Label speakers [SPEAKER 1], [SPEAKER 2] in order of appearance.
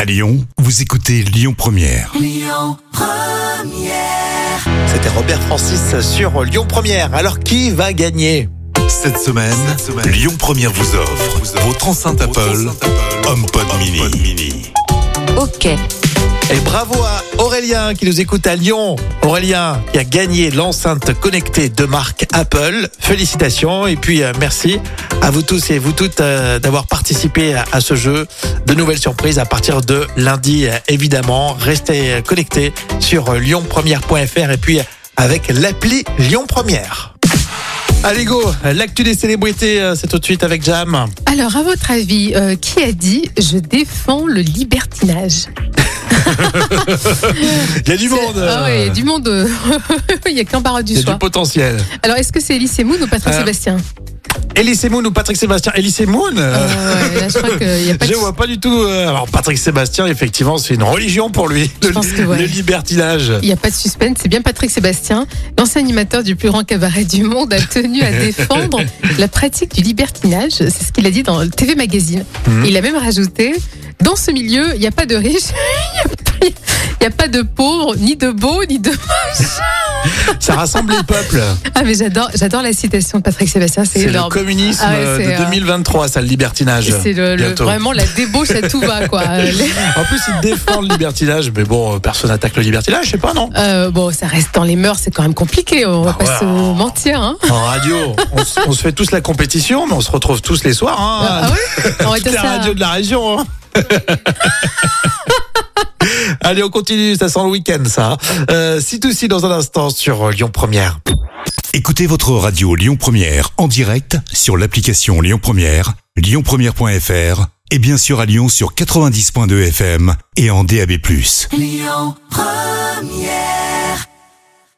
[SPEAKER 1] À Lyon, vous écoutez Lyon Première.
[SPEAKER 2] C'était Robert Francis sur Lyon Première. Alors qui va gagner
[SPEAKER 1] Cette semaine, Lyon Première vous offre votre enceinte Apple, HomePod Mini.
[SPEAKER 3] Ok.
[SPEAKER 2] Et bravo à Aurélien qui nous écoute à Lyon. Aurélien qui a gagné l'enceinte connectée de marque Apple. Félicitations et puis euh, merci à vous tous et vous toutes euh, d'avoir participé à, à ce jeu. De nouvelles surprises à partir de lundi euh, évidemment. Restez euh, connectés sur euh, lyonpremière.fr et puis euh, avec l'appli Lyon Première. Allez go, l'actu des célébrités, euh, c'est tout de suite avec Jam.
[SPEAKER 3] Alors, à votre avis, euh, qui a dit Je défends le libertinage
[SPEAKER 2] Il y a du monde.
[SPEAKER 3] Ah
[SPEAKER 2] euh,
[SPEAKER 3] ouais, du monde. euh, Il n'y a qu'un parole
[SPEAKER 2] il y
[SPEAKER 3] du
[SPEAKER 2] a du
[SPEAKER 3] choix.
[SPEAKER 2] potentiel.
[SPEAKER 3] Alors, est-ce que c'est Elise Moon ou Patrick
[SPEAKER 2] Euh,
[SPEAKER 3] Sébastien
[SPEAKER 2] Elise Moon ou Patrick Sébastien Elise Moon euh,
[SPEAKER 3] Euh, ouais, là, Je crois qu'il n'y a pas
[SPEAKER 2] Je
[SPEAKER 3] de.
[SPEAKER 2] vois pas du tout. euh, Alors Patrick Sébastien, effectivement, c'est une religion pour lui.
[SPEAKER 3] Je
[SPEAKER 2] le,
[SPEAKER 3] pense que ouais.
[SPEAKER 2] le libertinage.
[SPEAKER 3] Il n'y a pas de suspense, c'est bien Patrick Sébastien, l'ancien animateur du plus grand cabaret du monde, a tenu à défendre la pratique du libertinage. C'est ce qu'il a dit dans le TV Magazine.
[SPEAKER 2] Mhm.
[SPEAKER 3] Il a même rajouté Dans ce milieu, il n'y a pas de riches, il n'y a, il y a pas de pauvres, ni de beaux, ni de.
[SPEAKER 2] Ça rassemble les peuples.
[SPEAKER 3] Ah, mais j'adore, j'adore la citation de Patrick Sébastien, c'est
[SPEAKER 2] C'est le
[SPEAKER 3] énorme.
[SPEAKER 2] communisme
[SPEAKER 3] Ah ouais,
[SPEAKER 2] euh,
[SPEAKER 3] c'est,
[SPEAKER 2] de
[SPEAKER 3] euh,
[SPEAKER 2] 2023, ça, le libertinage.
[SPEAKER 3] C'est le- le-
[SPEAKER 2] Bientôt.
[SPEAKER 3] vraiment la débauche à tout va, quoi. Euh, les-
[SPEAKER 2] En plus, il défend le libertinage, mais bon, euh, personne n'attaque le libertinage, je sais pas, non
[SPEAKER 3] euh, bon, ça reste dans les mœurs, c'est quand même compliqué, on va
[SPEAKER 2] Ah
[SPEAKER 3] pas
[SPEAKER 2] ouais.
[SPEAKER 3] se mentir. Hein.
[SPEAKER 2] En radio, on, s- on se fait tous la compétition, mais on se retrouve tous les soirs. Hein,
[SPEAKER 3] Ah, oui On va
[SPEAKER 2] Toutes
[SPEAKER 3] dire
[SPEAKER 2] les
[SPEAKER 3] ça.
[SPEAKER 2] radios de la région. hein. Allez, on continue, ça sent le week-end, ça. Euh, si tout si dans un instant sur euh, Lyon Première.
[SPEAKER 1] Écoutez votre radio Lyon Première en direct sur l'application Lyon Première, lyonpremière.fr et bien sûr à Lyon sur 90.2 FM et en DAB+.
[SPEAKER 4] Lyon Première